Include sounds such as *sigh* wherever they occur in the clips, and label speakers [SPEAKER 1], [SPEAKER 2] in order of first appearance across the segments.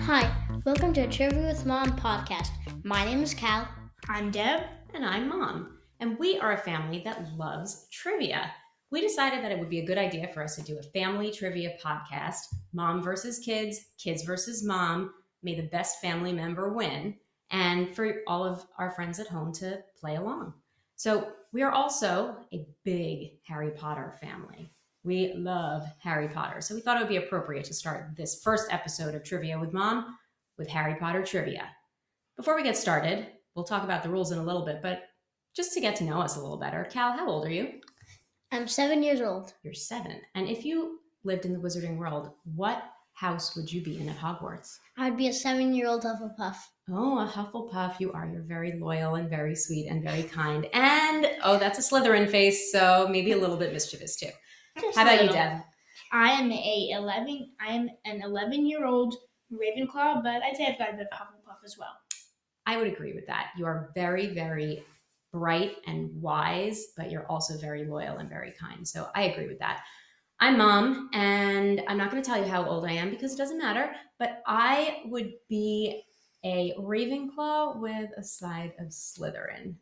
[SPEAKER 1] Hi, welcome to a Trivia with Mom podcast. My name is Cal.
[SPEAKER 2] I'm Deb.
[SPEAKER 3] And I'm Mom. And we are a family that loves trivia. We decided that it would be a good idea for us to do a family trivia podcast mom versus kids, kids versus mom. May the best family member win. And for all of our friends at home to play along. So, we are also a big Harry Potter family. We love Harry Potter. So, we thought it would be appropriate to start this first episode of Trivia with Mom with Harry Potter trivia. Before we get started, we'll talk about the rules in a little bit, but just to get to know us a little better, Cal, how old are you?
[SPEAKER 1] I'm seven years old.
[SPEAKER 3] You're seven. And if you lived in the wizarding world, what house would you be in at Hogwarts?
[SPEAKER 1] I'd be a seven year old Hufflepuff.
[SPEAKER 3] Oh, a Hufflepuff. You are. You're very loyal and very sweet and very kind. And oh, that's a Slytherin face, so maybe a little bit mischievous too.
[SPEAKER 2] Just
[SPEAKER 3] How
[SPEAKER 2] a
[SPEAKER 3] about you,
[SPEAKER 2] little.
[SPEAKER 3] Deb?
[SPEAKER 2] I am a eleven. I am an eleven year old Ravenclaw, but I'd say I've got a bit of Hufflepuff as well.
[SPEAKER 3] I would agree with that. You are very, very bright and wise, but you're also very loyal and very kind. So I agree with that. I'm mom, and I'm not going to tell you how old I am because it doesn't matter, but I would be a Ravenclaw with a side of Slytherin.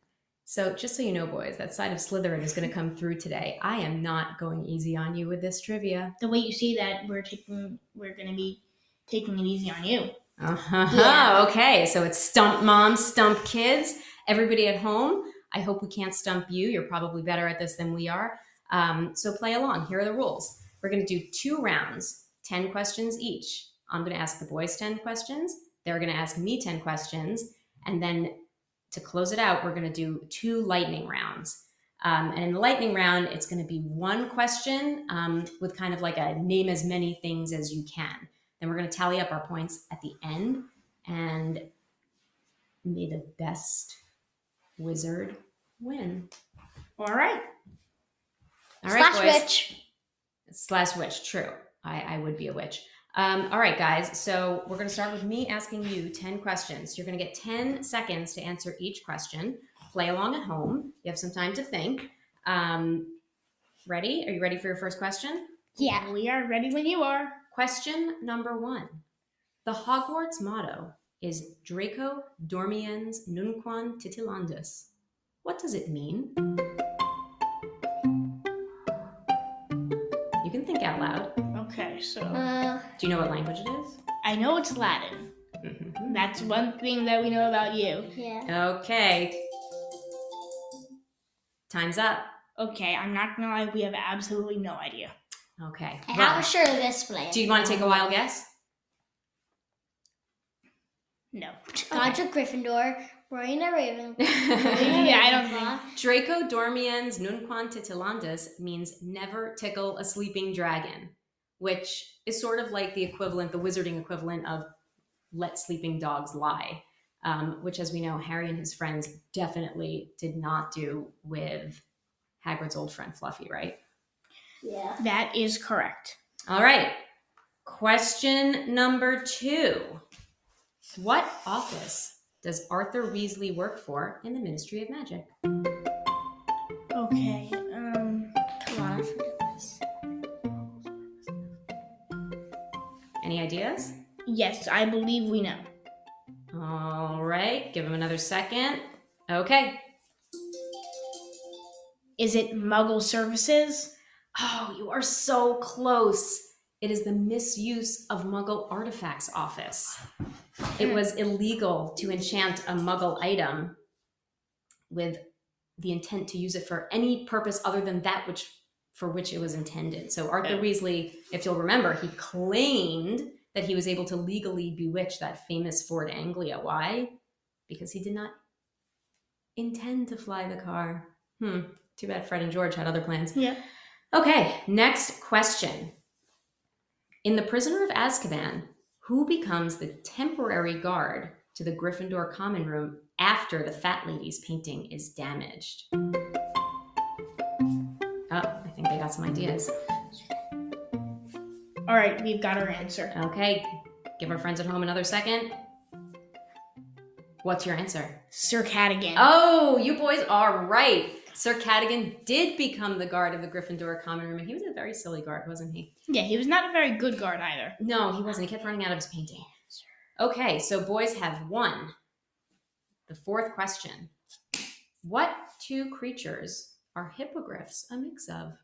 [SPEAKER 3] So, just so you know, boys, that side of Slytherin is going to come through today. I am not going easy on you with this trivia.
[SPEAKER 2] The way you say that, we're taking, we're gonna be taking it easy on you.
[SPEAKER 3] Uh-huh.
[SPEAKER 2] Yeah.
[SPEAKER 3] Okay. So it's stump mom, stump kids, everybody at home. I hope we can't stump you. You're probably better at this than we are. Um, so play along. Here are the rules. We're going to do two rounds, 10 questions each. I'm going to ask the boys 10 questions. They're going to ask me 10 questions. And then to close it out, we're going to do two lightning rounds. Um, and in the lightning round, it's going to be one question um, with kind of like a name as many things as you can. Then we're going to tally up our points at the end and may the best wizard win.
[SPEAKER 2] All right.
[SPEAKER 3] All right,
[SPEAKER 1] Slash
[SPEAKER 3] boys.
[SPEAKER 1] witch.
[SPEAKER 3] Slash witch. True. I, I would be a witch. Um, all right, guys. So we're going to start with me asking you 10 questions. You're going to get 10 seconds to answer each question. Play along at home. You have some time to think. Um, ready? Are you ready for your first question?
[SPEAKER 1] Yeah.
[SPEAKER 2] We are ready when you are.
[SPEAKER 3] Question number one. The Hogwarts motto is Draco Dormiens Nunquam Titilandus. What does it mean? You can think out loud.
[SPEAKER 2] Okay, so
[SPEAKER 3] Oh. Uh-huh.
[SPEAKER 1] Uh,
[SPEAKER 3] Do you know what language it is?
[SPEAKER 2] I know it's Latin.
[SPEAKER 3] Mhm.
[SPEAKER 2] That's one thing that we know about you.
[SPEAKER 1] yeah.
[SPEAKER 3] Okay. Time's up.
[SPEAKER 2] Okay, I'm not gonna lie. We have absolutely no idea.
[SPEAKER 3] Okay.
[SPEAKER 1] I
[SPEAKER 3] Rob,
[SPEAKER 1] have a sure this plan.
[SPEAKER 3] do you want to take a wild guess?
[SPEAKER 2] No.
[SPEAKER 1] Dodger Gryffindor, Marina
[SPEAKER 3] *laughs*
[SPEAKER 1] Ravenclaw.
[SPEAKER 2] Yeah, I don't think-
[SPEAKER 3] Draco Dormiens Nunquam Titilandus means never tickle a sleeping dragon, which is sort of like the equivalent, the wizarding equivalent of let sleeping dogs lie, um, which, as we know, Harry and his friends definitely did not do with Hagrid's old friend Fluffy, right?
[SPEAKER 1] Yeah.
[SPEAKER 2] That is correct.
[SPEAKER 3] All right. Question number two What office does Arthur Weasley work for in the Ministry of Magic?
[SPEAKER 2] Okay. Um.
[SPEAKER 1] Come on. I forget this.
[SPEAKER 3] Any ideas?
[SPEAKER 2] Yes, I believe we know.
[SPEAKER 3] All right, give him another second. Okay.
[SPEAKER 2] Is it Muggle Services?
[SPEAKER 3] Oh, you are so close. It is the misuse of Muggle artifacts office. It was illegal to enchant a Muggle item with the intent to use it for any purpose other than that which for which it was intended. So Arthur
[SPEAKER 2] Yeah.
[SPEAKER 3] Weasley, if you'll remember, he claimed that he was able to legally bewitch that famous Ford Anglia. Why? Because he did not intend to fly the car. Hmm. Too bad Fred and George had other plans.
[SPEAKER 2] Yeah.
[SPEAKER 3] Okay, next question. In The Prisoner of Azkaban, who becomes the temporary guard to the Gryffindor common room after the Fat Lady's painting is damaged? Oh, I think they got some ideas.
[SPEAKER 2] All right, we've got our answer.
[SPEAKER 3] Okay, give our friends at home another second. What's your answer?
[SPEAKER 2] Sir Cadigan.
[SPEAKER 3] Oh, you boys are right. Sir Cadogan did become the guard of the Gryffindor common room, and he was a very silly guard, wasn't he?
[SPEAKER 2] Yeah, he was not a very good guard either.
[SPEAKER 3] No, he wasn't. He kept running out of his painting. Okay, so boys have one. The fourth question What two creatures are hippogriffs a mix of?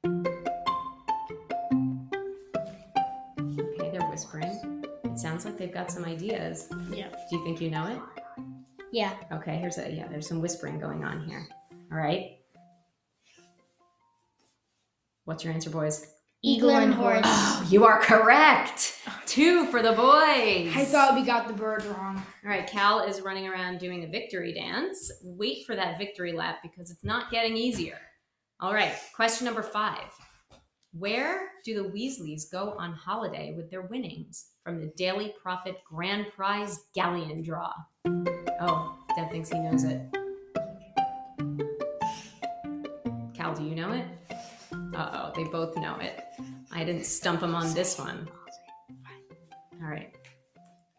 [SPEAKER 3] Okay, they're whispering. It sounds like they've got some ideas.
[SPEAKER 2] Yeah.
[SPEAKER 3] Do you think you know it?
[SPEAKER 1] Yeah.
[SPEAKER 3] Okay, here's a yeah, there's some whispering going on here. All right. What's your answer, boys?
[SPEAKER 1] Eagle and horse.
[SPEAKER 3] *gasps* Oh, you are correct. Two for the boys.
[SPEAKER 2] I thought we got the bird wrong.
[SPEAKER 3] All right, Cal is running around doing a victory dance. Wait for that victory lap because it's not getting easier. All right, question number five. Where do the Weasleys go on holiday with their winnings from the Daily Profit Grand Prize Galleon Draw? Oh, Deb thinks he knows it. Cal, do you know it? Uh oh, they both know it. I didn't stump them on this one. All right.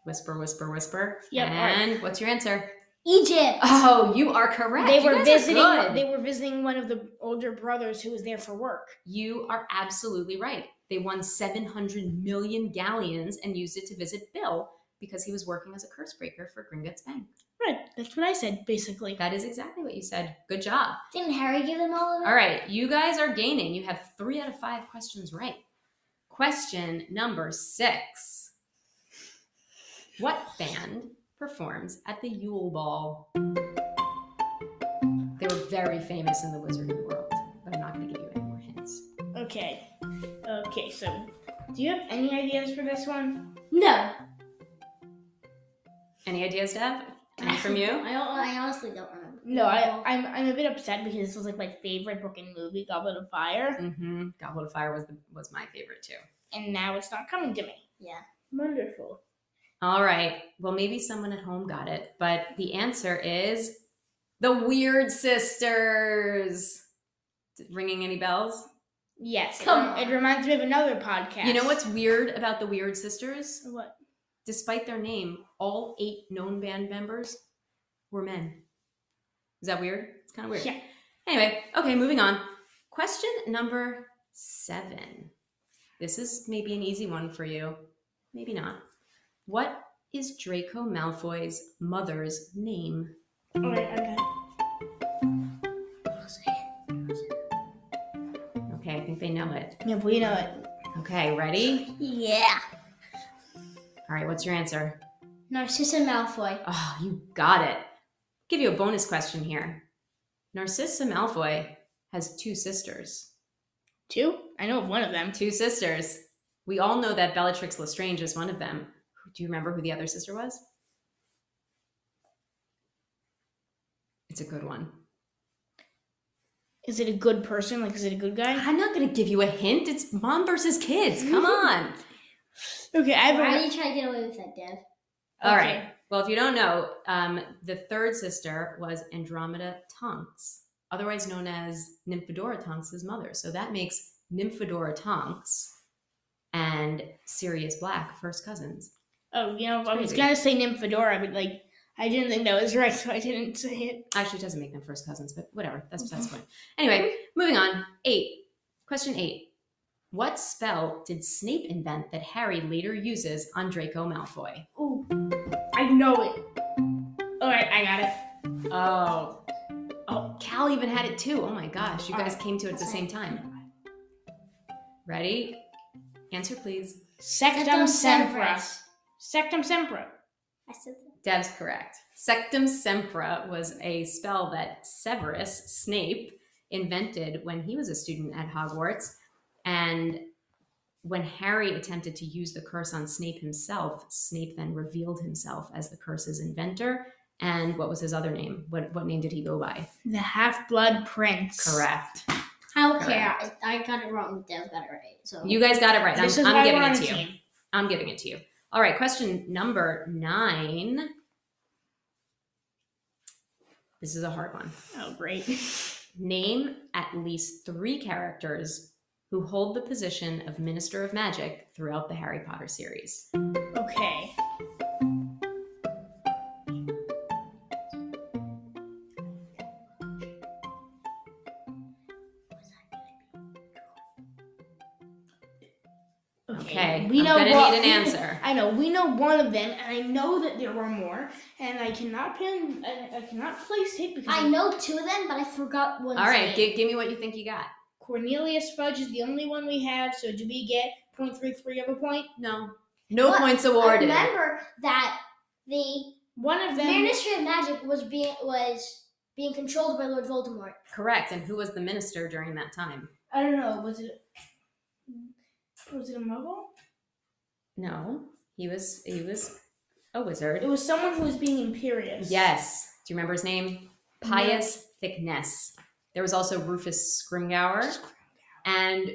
[SPEAKER 3] Whisper, whisper, whisper.
[SPEAKER 2] Yep, all right.
[SPEAKER 3] And what's your answer?
[SPEAKER 1] Egypt.
[SPEAKER 3] Oh, you are correct.
[SPEAKER 2] They
[SPEAKER 3] You
[SPEAKER 2] were
[SPEAKER 3] guys are
[SPEAKER 2] visiting.
[SPEAKER 3] good.
[SPEAKER 2] They were visiting one of the older brothers who was there for work.
[SPEAKER 3] You are absolutely right. They won 700 million galleons and used it to visit Bill because he was working as a curse breaker for Gringotts Bank.
[SPEAKER 2] Right. That's what I said, basically.
[SPEAKER 3] That is exactly what you said. Good job.
[SPEAKER 1] Didn't Harry give them all of it?
[SPEAKER 3] All right, you guys are gaining. You have three out of five questions right. Question number six What band performs at the Yule Ball? They were very famous in the wizarding world, but I'm not going to give you any more hints.
[SPEAKER 2] Okay. Okay. So, do you have any ideas for this one?
[SPEAKER 1] No.
[SPEAKER 3] Any ideas, Deb? Any from you?
[SPEAKER 1] I, don't, I honestly don't remember.
[SPEAKER 2] No, I, I'm I'm a bit upset because this was like my favorite book and movie, Goblet of Fire,
[SPEAKER 3] Mm-hmm. Goblet of Fire was the, was my favorite too.
[SPEAKER 2] and now it's not coming to me.
[SPEAKER 1] Yeah.
[SPEAKER 2] Wonderful.
[SPEAKER 3] All right. Well, maybe someone at home got it, but the answer is the Weird Sisters. Ringing any bells?
[SPEAKER 2] Yes.
[SPEAKER 1] Come
[SPEAKER 2] Come. It, rem- it reminds me of another podcast.
[SPEAKER 3] You know what's weird about the Weird Sisters?
[SPEAKER 2] What?
[SPEAKER 3] Despite their name, all eight known band members were men. Is that weird? It's kind of weird.
[SPEAKER 2] Yeah.
[SPEAKER 3] Anyway, okay, moving on. Question number seven. This is maybe an easy one for you. Maybe not. What is Draco Malfoy's mother's name?
[SPEAKER 2] All right. Oh, Okay.
[SPEAKER 3] Okay, I think they know it.
[SPEAKER 2] Yeah, we know it.
[SPEAKER 3] Okay, ready?
[SPEAKER 1] Yeah.
[SPEAKER 3] All right, what's your answer?
[SPEAKER 1] Narcissa Malfoy.
[SPEAKER 3] Oh, you got it. Give you a bonus question here. Narcissa Malfoy has two sisters.
[SPEAKER 2] Two? I know of one of them.
[SPEAKER 3] Two sisters. We all know that Bellatrix Lestrange is one of them. Do you remember who the other sister was? It's a good one.
[SPEAKER 2] Is it a good person? Like, is it a good guy?
[SPEAKER 3] I'm not going to give you a hint. It's mom versus kids. Come on.
[SPEAKER 2] Okay, I
[SPEAKER 1] Why
[SPEAKER 2] have
[SPEAKER 1] are you trying to get away with that, Dev?
[SPEAKER 3] All
[SPEAKER 2] Okay.
[SPEAKER 3] right. Well, if you don't know, um, the third sister was Andromeda Tonks, otherwise known as Nymphadora Tonks' mother. So that makes Nymphadora Tonks and Sirius Black first cousins.
[SPEAKER 2] a. Oh, you know, I was
[SPEAKER 3] Crazy.
[SPEAKER 2] gonna say Nymphadora, but like, I didn't think that was right, *laughs* so I didn't say it.
[SPEAKER 3] Actually, it doesn't make them first cousins, but whatever. That's besides the point. Anyway, moving on. Eight. Question eight. What spell did Snape invent that Harry later uses on Draco Malfoy?
[SPEAKER 2] Ooh, I know it. All right, I got it.
[SPEAKER 3] Oh. Oh, Cal even had it too. Oh my gosh, you guys came to it at the same time. Ready? Answer, please.
[SPEAKER 2] Sectum Sempra. Sectum Sempra.
[SPEAKER 1] I said that.
[SPEAKER 3] Deb's correct. Sectum Sempra was a spell that Severus Snape invented when he was a student at Hogwarts. And when Harry attempted to use the curse on Snape himself, Snape then revealed himself as the curse's inventor. And what was his other name? What, what name did he go by?
[SPEAKER 2] The Half Blood Prince.
[SPEAKER 3] Correct.
[SPEAKER 1] I don't care. I, I got it wrong. Dev got it right. So
[SPEAKER 3] You guys got it right.
[SPEAKER 2] This
[SPEAKER 3] I'm,
[SPEAKER 2] is
[SPEAKER 3] I'm
[SPEAKER 2] why
[SPEAKER 3] giving
[SPEAKER 2] we're
[SPEAKER 3] it
[SPEAKER 2] on
[SPEAKER 3] to
[SPEAKER 2] a
[SPEAKER 3] you.
[SPEAKER 2] team.
[SPEAKER 3] I'm giving it to you. All right, question number nine. This is a hard one.
[SPEAKER 2] Oh, great. *laughs*
[SPEAKER 3] Name at least three characters who hold the position of Minister of Magic throughout the Harry Potter series.
[SPEAKER 2] Okay.
[SPEAKER 3] Okay.
[SPEAKER 2] We
[SPEAKER 3] I'm
[SPEAKER 2] know
[SPEAKER 3] gonna
[SPEAKER 2] what-
[SPEAKER 3] need an answer.
[SPEAKER 2] *laughs* I know we know one of them, and I know that there were more, and I cannot pin, I, I cannot place it because
[SPEAKER 1] I know two of them, but I forgot one.
[SPEAKER 3] All right, give, give me what you think you got.
[SPEAKER 2] Cornelius Fudge is the only one we have. So do we get 0.33 of a point?
[SPEAKER 3] No. No
[SPEAKER 1] What?
[SPEAKER 3] points
[SPEAKER 1] I
[SPEAKER 3] awarded.
[SPEAKER 1] remember that the
[SPEAKER 2] One of them.
[SPEAKER 1] Ministry of Magic was being was being controlled by Lord Voldemort.
[SPEAKER 3] Correct. And who was the minister during that time?
[SPEAKER 2] I don't know. Was it? Was it a muggle?
[SPEAKER 3] No. He was he was a
[SPEAKER 2] It
[SPEAKER 3] wizard.
[SPEAKER 2] was someone who was being imperious.
[SPEAKER 3] Yes. Do you remember his name?
[SPEAKER 2] No.
[SPEAKER 3] Pius Thickness. There was also Rufus Scrimgour. And do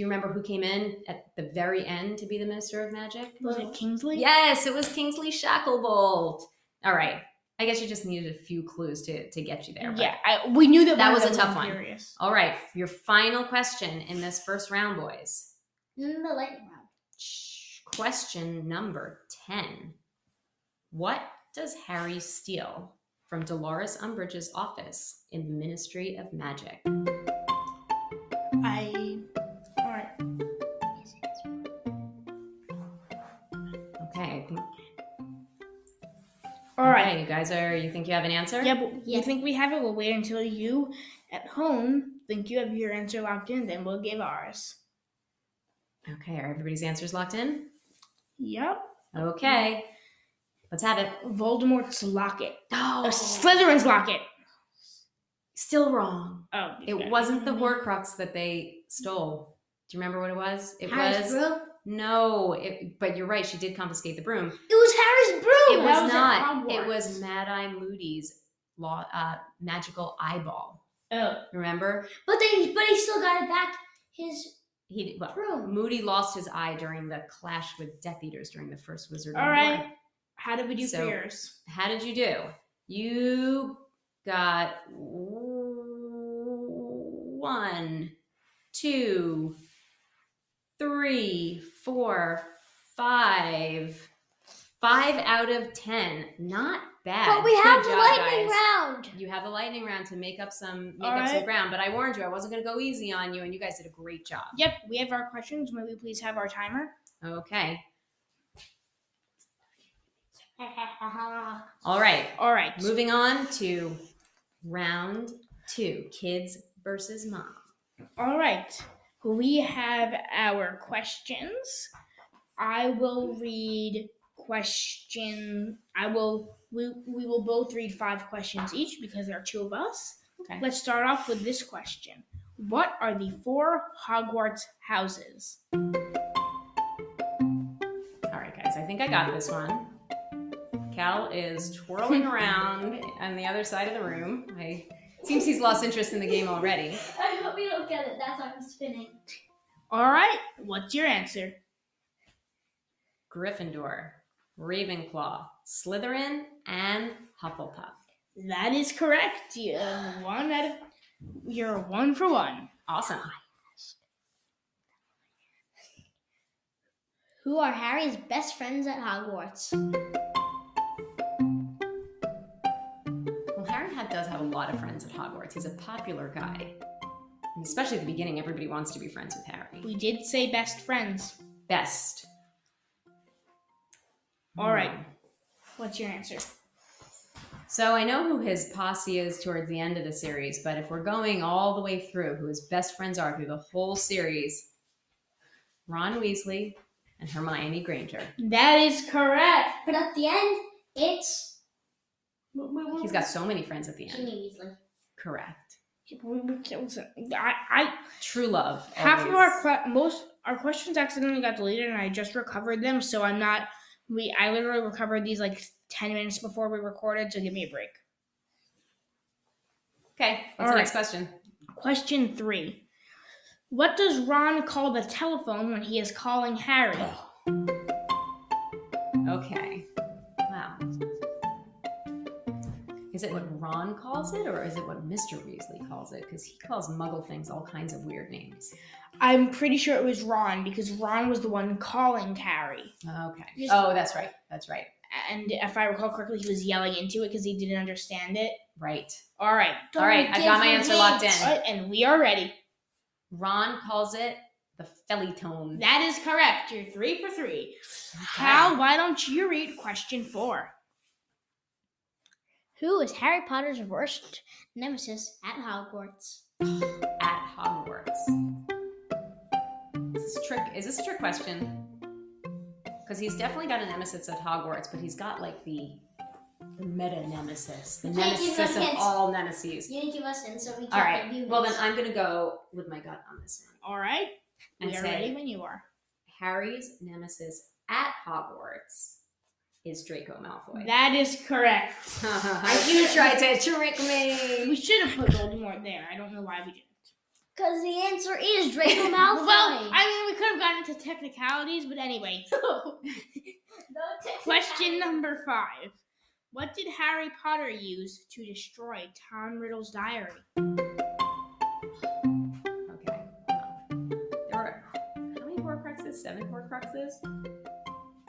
[SPEAKER 3] you remember who came in at the very end to be the minister of magic?
[SPEAKER 2] Was it Kingsley?
[SPEAKER 3] Yes, it was Kingsley Shacklebolt. All right. I guess you just needed a few clues to, to get you there. but-
[SPEAKER 2] Yeah. I, we knew that.
[SPEAKER 3] That
[SPEAKER 2] one
[SPEAKER 3] was
[SPEAKER 2] of
[SPEAKER 3] a
[SPEAKER 2] them
[SPEAKER 3] tough one.
[SPEAKER 2] Imperious.
[SPEAKER 3] All right. Your final question in this first round, boys.
[SPEAKER 1] None of the lightning round.
[SPEAKER 3] Sh- Question number 10. What does Harry steal from Dolores Umbridge's office in the Ministry of Magic?
[SPEAKER 2] I. All right.
[SPEAKER 3] Okay. I think,
[SPEAKER 2] All right.
[SPEAKER 3] You guys are, you think you have an answer?
[SPEAKER 2] Yeah, but
[SPEAKER 1] Yeah.
[SPEAKER 2] you think we have it? We'll wait until you at home think you have your answer locked in, then we'll give ours.
[SPEAKER 3] Okay. Are everybody's answers locked in?
[SPEAKER 2] Yep.
[SPEAKER 3] Okay. Let's have it.
[SPEAKER 2] Voldemort's locket.
[SPEAKER 3] Oh,
[SPEAKER 2] Oh, Slytherin's locket.
[SPEAKER 3] still wrong.
[SPEAKER 2] Oh,
[SPEAKER 3] It wasn't the
[SPEAKER 2] Mm-hmm.
[SPEAKER 3] Horcrux that they stole. Do you remember what it was? It
[SPEAKER 1] Harry's
[SPEAKER 3] was
[SPEAKER 1] broom.
[SPEAKER 3] no. It, but you're right. She did confiscate the broom.
[SPEAKER 1] It was Harry's broom.
[SPEAKER 3] it
[SPEAKER 2] that
[SPEAKER 3] was,
[SPEAKER 2] was at
[SPEAKER 3] not. It
[SPEAKER 2] Hogwarts.
[SPEAKER 3] was Mad Eye Moody's law, uh, magical eyeball.
[SPEAKER 2] Oh,
[SPEAKER 3] Remember?
[SPEAKER 1] but they but he still got it back. His
[SPEAKER 3] He well,
[SPEAKER 1] broom.
[SPEAKER 3] Moody lost his eye during the clash with Death Eaters during the first Wizard.
[SPEAKER 2] all
[SPEAKER 3] War.
[SPEAKER 2] right. How did we do
[SPEAKER 3] So-
[SPEAKER 2] for yours?
[SPEAKER 3] How did you do? You got one, two, three, four, five. Five out of ten. Not bad.
[SPEAKER 1] But we
[SPEAKER 3] Good
[SPEAKER 1] have the
[SPEAKER 3] job,
[SPEAKER 1] lightning *laughs*
[SPEAKER 3] guys.
[SPEAKER 1] round.
[SPEAKER 3] You have the lightning round to make up some make
[SPEAKER 2] All
[SPEAKER 3] up some
[SPEAKER 2] right.
[SPEAKER 3] ground, but I warned you I wasn't gonna go easy on you, and you guys did a great job.
[SPEAKER 2] Yep, we have our questions. May we please have our timer?
[SPEAKER 3] Okay. All right.
[SPEAKER 2] All right.
[SPEAKER 3] Moving on to round two kids versus mom.
[SPEAKER 2] All right. We have our questions. I will read question. I will. We, we will both read five questions each because there are two of us.
[SPEAKER 3] Okay.
[SPEAKER 2] Let's start off with this question. What are the four Hogwarts houses?
[SPEAKER 3] All right, guys, I think I got this one. Cal is twirling
[SPEAKER 2] *laughs*
[SPEAKER 3] around on the other side of the room. I seems he's lost interest in the game already.
[SPEAKER 1] I hope you don't get it. That's why I'm spinning.
[SPEAKER 2] All right. What's your answer?
[SPEAKER 3] Gryffindor, Ravenclaw, Slytherin, and Hufflepuff.
[SPEAKER 2] That is correct. You're one out of. You're one for one.
[SPEAKER 3] Awesome.
[SPEAKER 1] Who are Harry's best friends at Hogwarts?
[SPEAKER 3] Well, Harry had, does have a lot of friends at Hogwarts. He's a popular guy. And especially at the beginning, everybody wants to be friends with Harry.
[SPEAKER 2] We did say best friends.
[SPEAKER 3] Best.
[SPEAKER 2] All right. What's your answer?
[SPEAKER 3] So I know who his posse is towards the end of the series, but if we're going all the way through, who his best friends are through the whole series, Ron Weasley and Hermione Granger.
[SPEAKER 2] That is correct.
[SPEAKER 1] But at the end, it's
[SPEAKER 3] He's got so many friends at the end.
[SPEAKER 1] Ginny Weasley.
[SPEAKER 3] Correct.
[SPEAKER 2] We, we can't listen. I, I
[SPEAKER 3] True love.
[SPEAKER 2] half of
[SPEAKER 3] always.
[SPEAKER 2] our que- most our questions accidentally got deleted, and I just recovered them. So I'm not. We I literally recovered these like ten minutes before we recorded. So give me a break.
[SPEAKER 3] Okay, what's
[SPEAKER 2] All
[SPEAKER 3] the
[SPEAKER 2] right.
[SPEAKER 3] next question?
[SPEAKER 2] Question three. What does Ron call the telephone when he is calling Harry?
[SPEAKER 3] Okay. Wow. Is it what Ron calls it, or is it what Mr. Weasley calls it? Because he calls Muggle things all kinds of weird names.
[SPEAKER 2] I'm pretty sure it was Ron because Ron was the one calling Harry.
[SPEAKER 3] Okay.
[SPEAKER 1] Just-
[SPEAKER 3] Oh, that's right. That's right.
[SPEAKER 2] And if I recall correctly, he was yelling into it because he didn't understand it.
[SPEAKER 3] Right.
[SPEAKER 2] All right.
[SPEAKER 3] All right, I
[SPEAKER 1] Don't
[SPEAKER 3] got my
[SPEAKER 1] give
[SPEAKER 3] answer
[SPEAKER 1] me
[SPEAKER 3] locked
[SPEAKER 1] hints.
[SPEAKER 3] in.
[SPEAKER 2] All right, and we are ready.
[SPEAKER 3] Ron calls it the Felitone.
[SPEAKER 2] That is correct. You're three for three. Cal, why don't you read question four?
[SPEAKER 1] Who is Harry Potter's worst nemesis at Hogwarts?
[SPEAKER 3] at Hogwarts. Is this a trick? Is this a trick question? Because he's definitely got a nemesis at Hogwarts, but he's got like the, the meta nemesis, the
[SPEAKER 1] You can't give
[SPEAKER 3] nemesis
[SPEAKER 1] us
[SPEAKER 3] of
[SPEAKER 1] hints.
[SPEAKER 3] all nemesis.
[SPEAKER 1] You didn't give us in, so we can't
[SPEAKER 3] All
[SPEAKER 1] give
[SPEAKER 3] right.
[SPEAKER 1] you
[SPEAKER 3] Well, then
[SPEAKER 1] hints.
[SPEAKER 3] I'm gonna go with my gut on this one
[SPEAKER 2] All right.
[SPEAKER 3] and
[SPEAKER 2] We are
[SPEAKER 3] say
[SPEAKER 2] ready when you are.
[SPEAKER 3] Harry's nemesis at Hogwarts is Draco Malfoy. *laughs*
[SPEAKER 2] That is correct.
[SPEAKER 3] you tried to trick me.
[SPEAKER 2] We
[SPEAKER 3] *laughs*
[SPEAKER 2] should have put Voldemort there. I don't know why we didn't.
[SPEAKER 1] Because the answer is Draco Malfoy.
[SPEAKER 2] Well, I mean, we could have gotten into technicalities, but anyway. Question number five. What did Harry Potter use to destroy Tom Riddle's diary?
[SPEAKER 3] Okay. There were how many Horcruxes? Seven Horcruxes.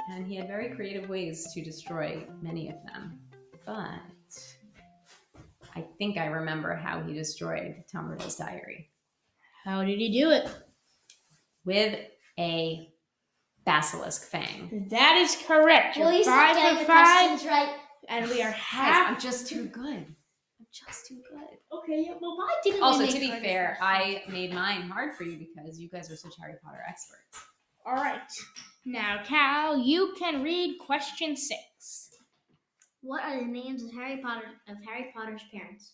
[SPEAKER 3] And he had very creative ways to destroy many of them. But I think I remember how he destroyed Tom Riddle's diary
[SPEAKER 2] How did he do it?
[SPEAKER 3] with a basilisk fang.
[SPEAKER 2] That is correct. You're
[SPEAKER 1] Well, you
[SPEAKER 2] five
[SPEAKER 1] still getting
[SPEAKER 2] for
[SPEAKER 1] the
[SPEAKER 2] five,
[SPEAKER 1] questions right.
[SPEAKER 2] and we are
[SPEAKER 3] Guys,
[SPEAKER 2] half.
[SPEAKER 3] I'm just too good. I'm just too good.
[SPEAKER 2] Okay, yeah, well, why didn't we
[SPEAKER 3] Also,
[SPEAKER 2] make
[SPEAKER 3] to be
[SPEAKER 2] our
[SPEAKER 3] fair,
[SPEAKER 2] first one?
[SPEAKER 3] I made mine hard for you because you guys are such Harry Potter experts.
[SPEAKER 2] All right. Now, Cal, you can read question six.
[SPEAKER 1] What are the names of Harry Potter of Harry Potter's parents?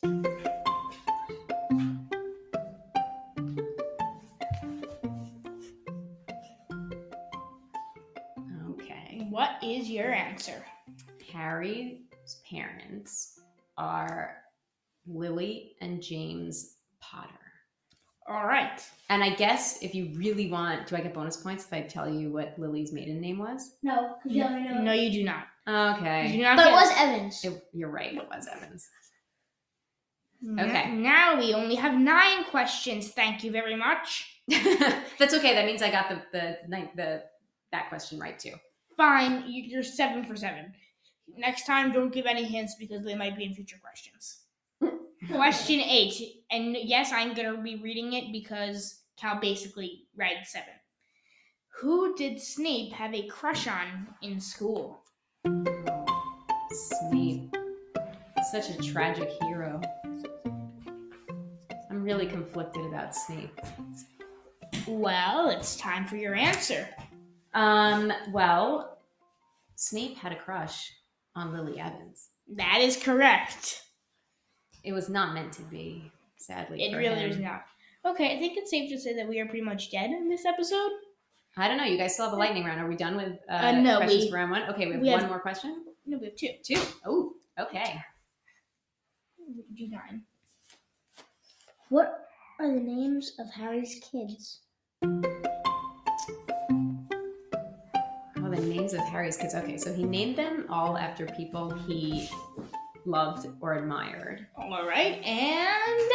[SPEAKER 3] Okay.
[SPEAKER 2] What is your answer?
[SPEAKER 3] Harry's parents are Lily and James Potter.
[SPEAKER 2] All right.
[SPEAKER 3] And I guess if you really want, do I get bonus points if I tell you what Lily's maiden name was?
[SPEAKER 1] No, because you already know.
[SPEAKER 2] No, you do not. You do
[SPEAKER 3] Okay.
[SPEAKER 2] not
[SPEAKER 1] But it
[SPEAKER 2] get-
[SPEAKER 1] was Evans.
[SPEAKER 3] It- you're right, it was Evans. *laughs*
[SPEAKER 2] N-
[SPEAKER 3] Okay.
[SPEAKER 2] Now we only have nine questions. Thank you very much.
[SPEAKER 3] That's okay. That means I got the the ninth- the that question right too.
[SPEAKER 2] Fine, you- you're seven for seven. Next time, don't give any hints because they might be in future
[SPEAKER 1] *laughs*
[SPEAKER 2] questions. Question eight, and yes, I'm gonna be reading it because Cal basically read seven. Who did Snape have a crush on in school?
[SPEAKER 3] Snape, such a tragic hero. I'm really conflicted about Snape.
[SPEAKER 2] Well, it's time for your answer.
[SPEAKER 3] Um, well, Snape had a crush on Lily Evans.
[SPEAKER 2] That is correct.
[SPEAKER 3] It was not meant to be, sadly.
[SPEAKER 2] It
[SPEAKER 3] for
[SPEAKER 2] really
[SPEAKER 3] him.
[SPEAKER 2] is not. Okay, I think it's safe to say that we are pretty much dead in this episode.
[SPEAKER 3] I don't know. You guys still have a lightning round. Are we done with uh,
[SPEAKER 2] Uh, no,
[SPEAKER 3] questions
[SPEAKER 2] we-
[SPEAKER 3] for round one? Okay, we have
[SPEAKER 2] we
[SPEAKER 3] one
[SPEAKER 2] have-
[SPEAKER 3] more question.
[SPEAKER 2] No, we have two.
[SPEAKER 3] Two. Oh, okay.
[SPEAKER 2] We could do nine.
[SPEAKER 1] What are the names of Harry's kids?
[SPEAKER 3] Oh, the names of Harry's kids. Okay, so he named them all after people he loved or admired.
[SPEAKER 2] All right, and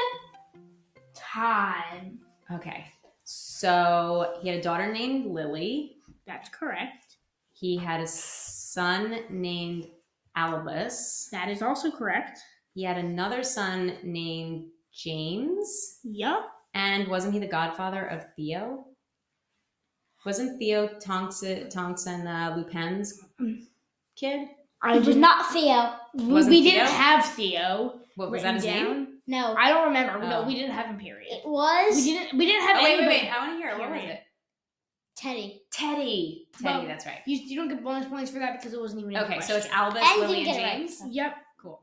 [SPEAKER 2] time.
[SPEAKER 3] Okay, so he had a daughter named Lily.
[SPEAKER 2] That's correct.
[SPEAKER 3] He had a son named Albus.
[SPEAKER 2] That is also correct.
[SPEAKER 3] He had another son named James.
[SPEAKER 2] Yup.
[SPEAKER 3] And wasn't he the godfather of Theo? Wasn't Theo Tonks- Tonson uh, Lupin's kid?
[SPEAKER 1] I
[SPEAKER 2] Mm-hmm.
[SPEAKER 1] did not Theo.
[SPEAKER 3] Wasn't
[SPEAKER 2] we didn't
[SPEAKER 3] Theo?
[SPEAKER 2] have Theo.
[SPEAKER 3] What was
[SPEAKER 2] written
[SPEAKER 3] that his
[SPEAKER 2] down.
[SPEAKER 3] name?
[SPEAKER 1] No,
[SPEAKER 2] I don't remember. No,
[SPEAKER 3] Oh.
[SPEAKER 2] we didn't have him. Period.
[SPEAKER 1] it was
[SPEAKER 2] We didn't. We didn't have.
[SPEAKER 3] Oh, wait, wait,
[SPEAKER 2] anybody-
[SPEAKER 3] wait. I want to hear it. What was
[SPEAKER 2] Period.
[SPEAKER 3] it?
[SPEAKER 1] Teddy.
[SPEAKER 3] Teddy.
[SPEAKER 2] Well-
[SPEAKER 3] Teddy, that's right.
[SPEAKER 2] You, you don't get bonus points for that because it wasn't even. in the
[SPEAKER 3] Okay, so it's Albus,
[SPEAKER 1] And you
[SPEAKER 3] Lily, and
[SPEAKER 1] get it right.
[SPEAKER 3] James.
[SPEAKER 2] question. Yep.
[SPEAKER 3] Cool.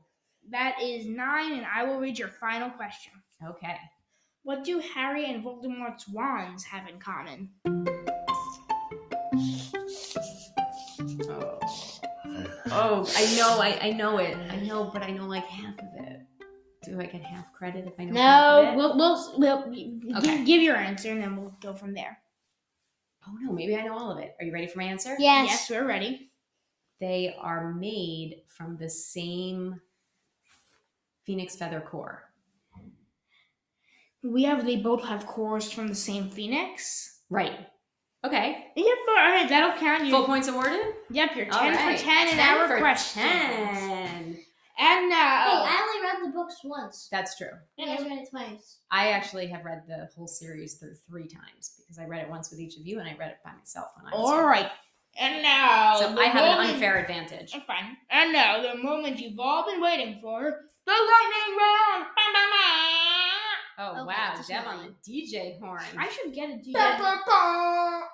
[SPEAKER 2] That is nine, and I will read your final question.
[SPEAKER 3] Okay.
[SPEAKER 2] What do Harry and Voldemort's wands have in common?
[SPEAKER 3] Oh. oh, I know, I, I know it. I know, but I know like half of it. Do I get half credit if I know half
[SPEAKER 2] No,
[SPEAKER 3] of it?
[SPEAKER 2] we'll we'll, we'll give-
[SPEAKER 3] Okay.
[SPEAKER 2] give your answer and then we'll go from there.
[SPEAKER 3] Oh no, maybe I know all of it. Are you ready for my answer?
[SPEAKER 1] Yes.
[SPEAKER 2] yes we're ready.
[SPEAKER 3] they are made from the same phoenix feather core.
[SPEAKER 2] We have they both have cores from the same phoenix.
[SPEAKER 3] Right. Okay.
[SPEAKER 2] Yep, all right, that'll count. You
[SPEAKER 3] Full points awarded.
[SPEAKER 2] Yep, you're
[SPEAKER 3] All
[SPEAKER 2] ten
[SPEAKER 3] right.
[SPEAKER 2] for ten in
[SPEAKER 3] 10
[SPEAKER 2] our
[SPEAKER 3] for
[SPEAKER 2] questions.
[SPEAKER 3] 10.
[SPEAKER 2] And now,
[SPEAKER 1] Hey, I only read the books once.
[SPEAKER 3] That's true.
[SPEAKER 1] You guys read it twice.
[SPEAKER 3] I actually have read the whole series through three times because I read it once with each of you and I read it by myself when I was
[SPEAKER 2] all
[SPEAKER 3] younger.
[SPEAKER 2] right. And now,
[SPEAKER 3] So
[SPEAKER 2] the
[SPEAKER 3] I have an
[SPEAKER 2] moment-
[SPEAKER 3] unfair advantage.
[SPEAKER 2] I'm fine. And now, the moment you've all been waiting for the lightning round! Bah, bah, bah.
[SPEAKER 3] Oh
[SPEAKER 1] Okay,
[SPEAKER 3] wow,
[SPEAKER 1] just
[SPEAKER 3] Deb
[SPEAKER 1] mine.
[SPEAKER 3] on the DJ horn.
[SPEAKER 2] I should get a DJ.
[SPEAKER 1] Ba, ba, ba.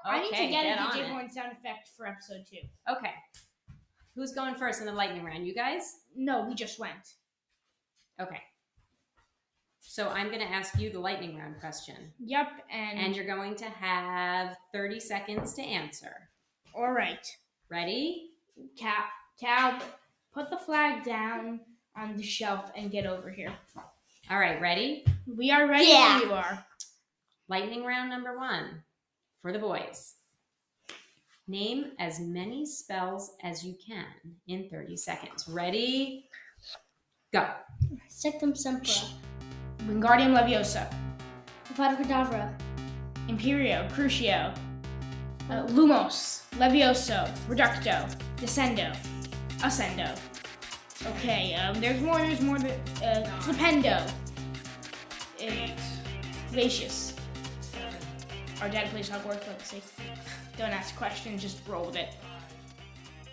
[SPEAKER 2] I need to
[SPEAKER 3] Okay,
[SPEAKER 2] get,
[SPEAKER 3] get
[SPEAKER 2] a
[SPEAKER 3] on
[SPEAKER 2] DJ
[SPEAKER 3] it.
[SPEAKER 2] horn sound effect for episode two.
[SPEAKER 3] Okay. Who's going first in the lightning round? You guys?
[SPEAKER 2] No, we just went.
[SPEAKER 3] Okay. So I'm going to ask you the lightning round question,
[SPEAKER 2] Yep, and,
[SPEAKER 3] and you're going to have 30 seconds to answer.
[SPEAKER 2] all right.
[SPEAKER 3] Ready?
[SPEAKER 2] Cal, Cal, put the flag down on the shelf and get over here.
[SPEAKER 3] All right, ready?
[SPEAKER 2] We are ready. when
[SPEAKER 1] Yeah.
[SPEAKER 2] You are.
[SPEAKER 3] Lightning round number one for the boys. Name as many spells as you can in 30 seconds. Ready? Go.
[SPEAKER 1] Sectum Sempra.
[SPEAKER 2] Wingardium Leviosa,
[SPEAKER 1] Avada Kedavra.
[SPEAKER 2] Imperio, Crucio, uh, Lumos, Levioso, Reducto, Descendo, Ascendo. Okay, um, there's more, there's more. but, Uh, Flipendo, uh, Fallacious. Our dad plays Hogwarts Legacy. *laughs* Don't ask questions, just roll with it.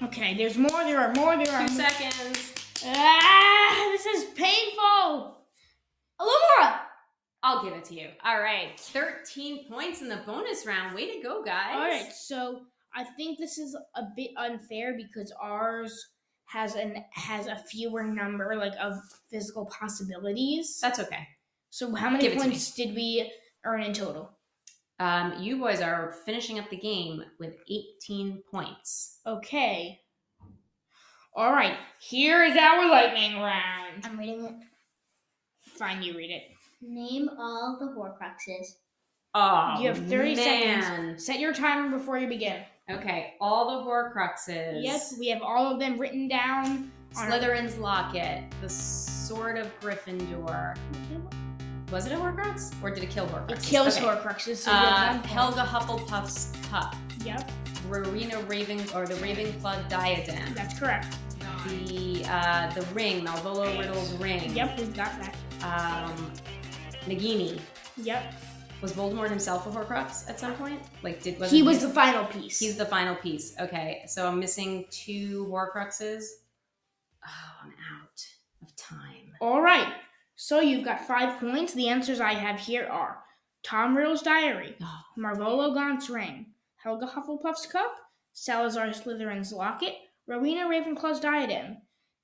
[SPEAKER 2] Okay, there's more, there are more, there are
[SPEAKER 3] Two
[SPEAKER 2] more.
[SPEAKER 3] seconds.
[SPEAKER 2] Ah, this is painful.
[SPEAKER 1] Alumora!
[SPEAKER 3] I'll give it to you. All right. 13 points in the bonus round. Way to go, guys.
[SPEAKER 2] All right, so I think this is a bit unfair because ours has an has a fewer number like of physical possibilities.
[SPEAKER 3] That's okay.
[SPEAKER 2] So how many
[SPEAKER 3] Uh, Give it to me.
[SPEAKER 2] points did we earn in total?
[SPEAKER 3] Um, you boys are finishing up the game with 18 points.
[SPEAKER 2] Okay. All right, here is our lightning round.
[SPEAKER 1] I'm reading it.
[SPEAKER 2] Fine, you read it.
[SPEAKER 1] Name all the Horcruxes.
[SPEAKER 3] Oh,
[SPEAKER 2] You have 30
[SPEAKER 3] man.
[SPEAKER 2] seconds. Set your timer before you begin.
[SPEAKER 3] Okay, all the Horcruxes.
[SPEAKER 2] Yes, we have all of them written down. on our-
[SPEAKER 3] Slytherin's locket, the Sword of Gryffindor.
[SPEAKER 2] Mm-hmm.
[SPEAKER 3] Was it a Horcrux or did it kill Horcruxes?
[SPEAKER 2] It kills
[SPEAKER 3] okay.
[SPEAKER 2] Horcruxes. So you have
[SPEAKER 3] Uh,
[SPEAKER 2] one point.
[SPEAKER 3] Helga Hufflepuff's cup,
[SPEAKER 2] Yep,
[SPEAKER 3] Rowena Raven or the Ravenclaw diadem,
[SPEAKER 2] that's correct.
[SPEAKER 3] the uh, the ring, Malvolo Riddle's ring.
[SPEAKER 2] Yep, we've got that.
[SPEAKER 3] Um, Nagini.
[SPEAKER 2] Yep.
[SPEAKER 3] Was Voldemort himself a Horcrux at some point? Like, did
[SPEAKER 2] he
[SPEAKER 3] he-
[SPEAKER 2] was the final piece.
[SPEAKER 3] He's the final piece. Okay, so I'm missing two Horcruxes. Oh, I'm out of time.
[SPEAKER 2] All right. So you've got five points. The answers I have here are Tom Riddle's diary,
[SPEAKER 3] Oh.
[SPEAKER 2] Marvolo Gaunt's ring, Helga Hufflepuff's cup, Salazar Slytherin's locket, Rowena Ravenclaw's diadem,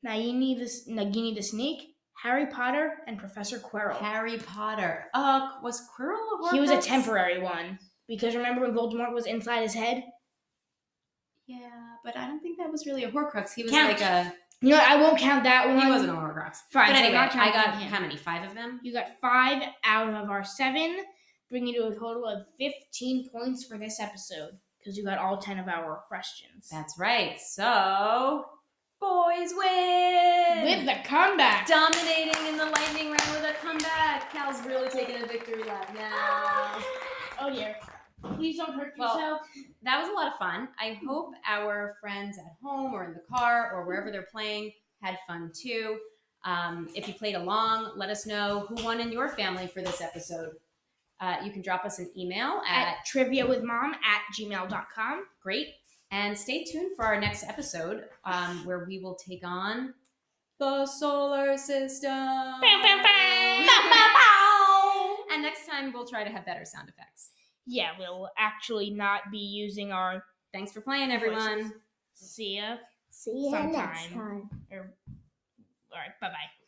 [SPEAKER 2] Nagini the, Nagini the snake, Harry Potter, and Professor Quirrell.
[SPEAKER 3] Harry Potter. Uh, was Quirrell a Horcrux?
[SPEAKER 2] he was a temporary one because remember when Voldemort was inside his head?
[SPEAKER 3] Yeah, but I don't think that was really a Horcrux. He was
[SPEAKER 2] Count.
[SPEAKER 3] like a.
[SPEAKER 2] You know, what? I won't count that one.
[SPEAKER 3] He wasn't a Horcrux.
[SPEAKER 2] Fine,
[SPEAKER 3] but
[SPEAKER 2] so
[SPEAKER 3] anyway,
[SPEAKER 2] not
[SPEAKER 3] I got
[SPEAKER 2] counting him.
[SPEAKER 3] how many? Five of them.
[SPEAKER 2] You got five out of our seven, bringing you to a total of 15 points for this episode because you got all 10 of our questions.
[SPEAKER 3] That's right. So, boys win.
[SPEAKER 2] With the comeback.
[SPEAKER 3] dominating in the lightning round with a comeback. Cal's really taking a victory lap
[SPEAKER 2] *gasps*
[SPEAKER 3] now. *laughs*
[SPEAKER 2] Oh, dear. Please don't hurt
[SPEAKER 3] Well,
[SPEAKER 2] yourself.
[SPEAKER 3] That was a lot of fun. I hope our friends at home or in the car or wherever they're playing had fun too. Um, if you played along, let us know who won in your family for this episode. Uh, you can drop us an email at
[SPEAKER 2] at trivia with mom at gmail.com.
[SPEAKER 3] great and stay tuned for our next episode um, where we will take on the solar system.
[SPEAKER 2] *laughs*
[SPEAKER 3] and next time we'll try to have better sound effects.
[SPEAKER 2] Yeah, we'll actually not be using our
[SPEAKER 3] Thanks for playing, everyone.
[SPEAKER 2] see ya.
[SPEAKER 1] See you next
[SPEAKER 2] Sometime.
[SPEAKER 1] time.
[SPEAKER 2] Or, all right, bye bye.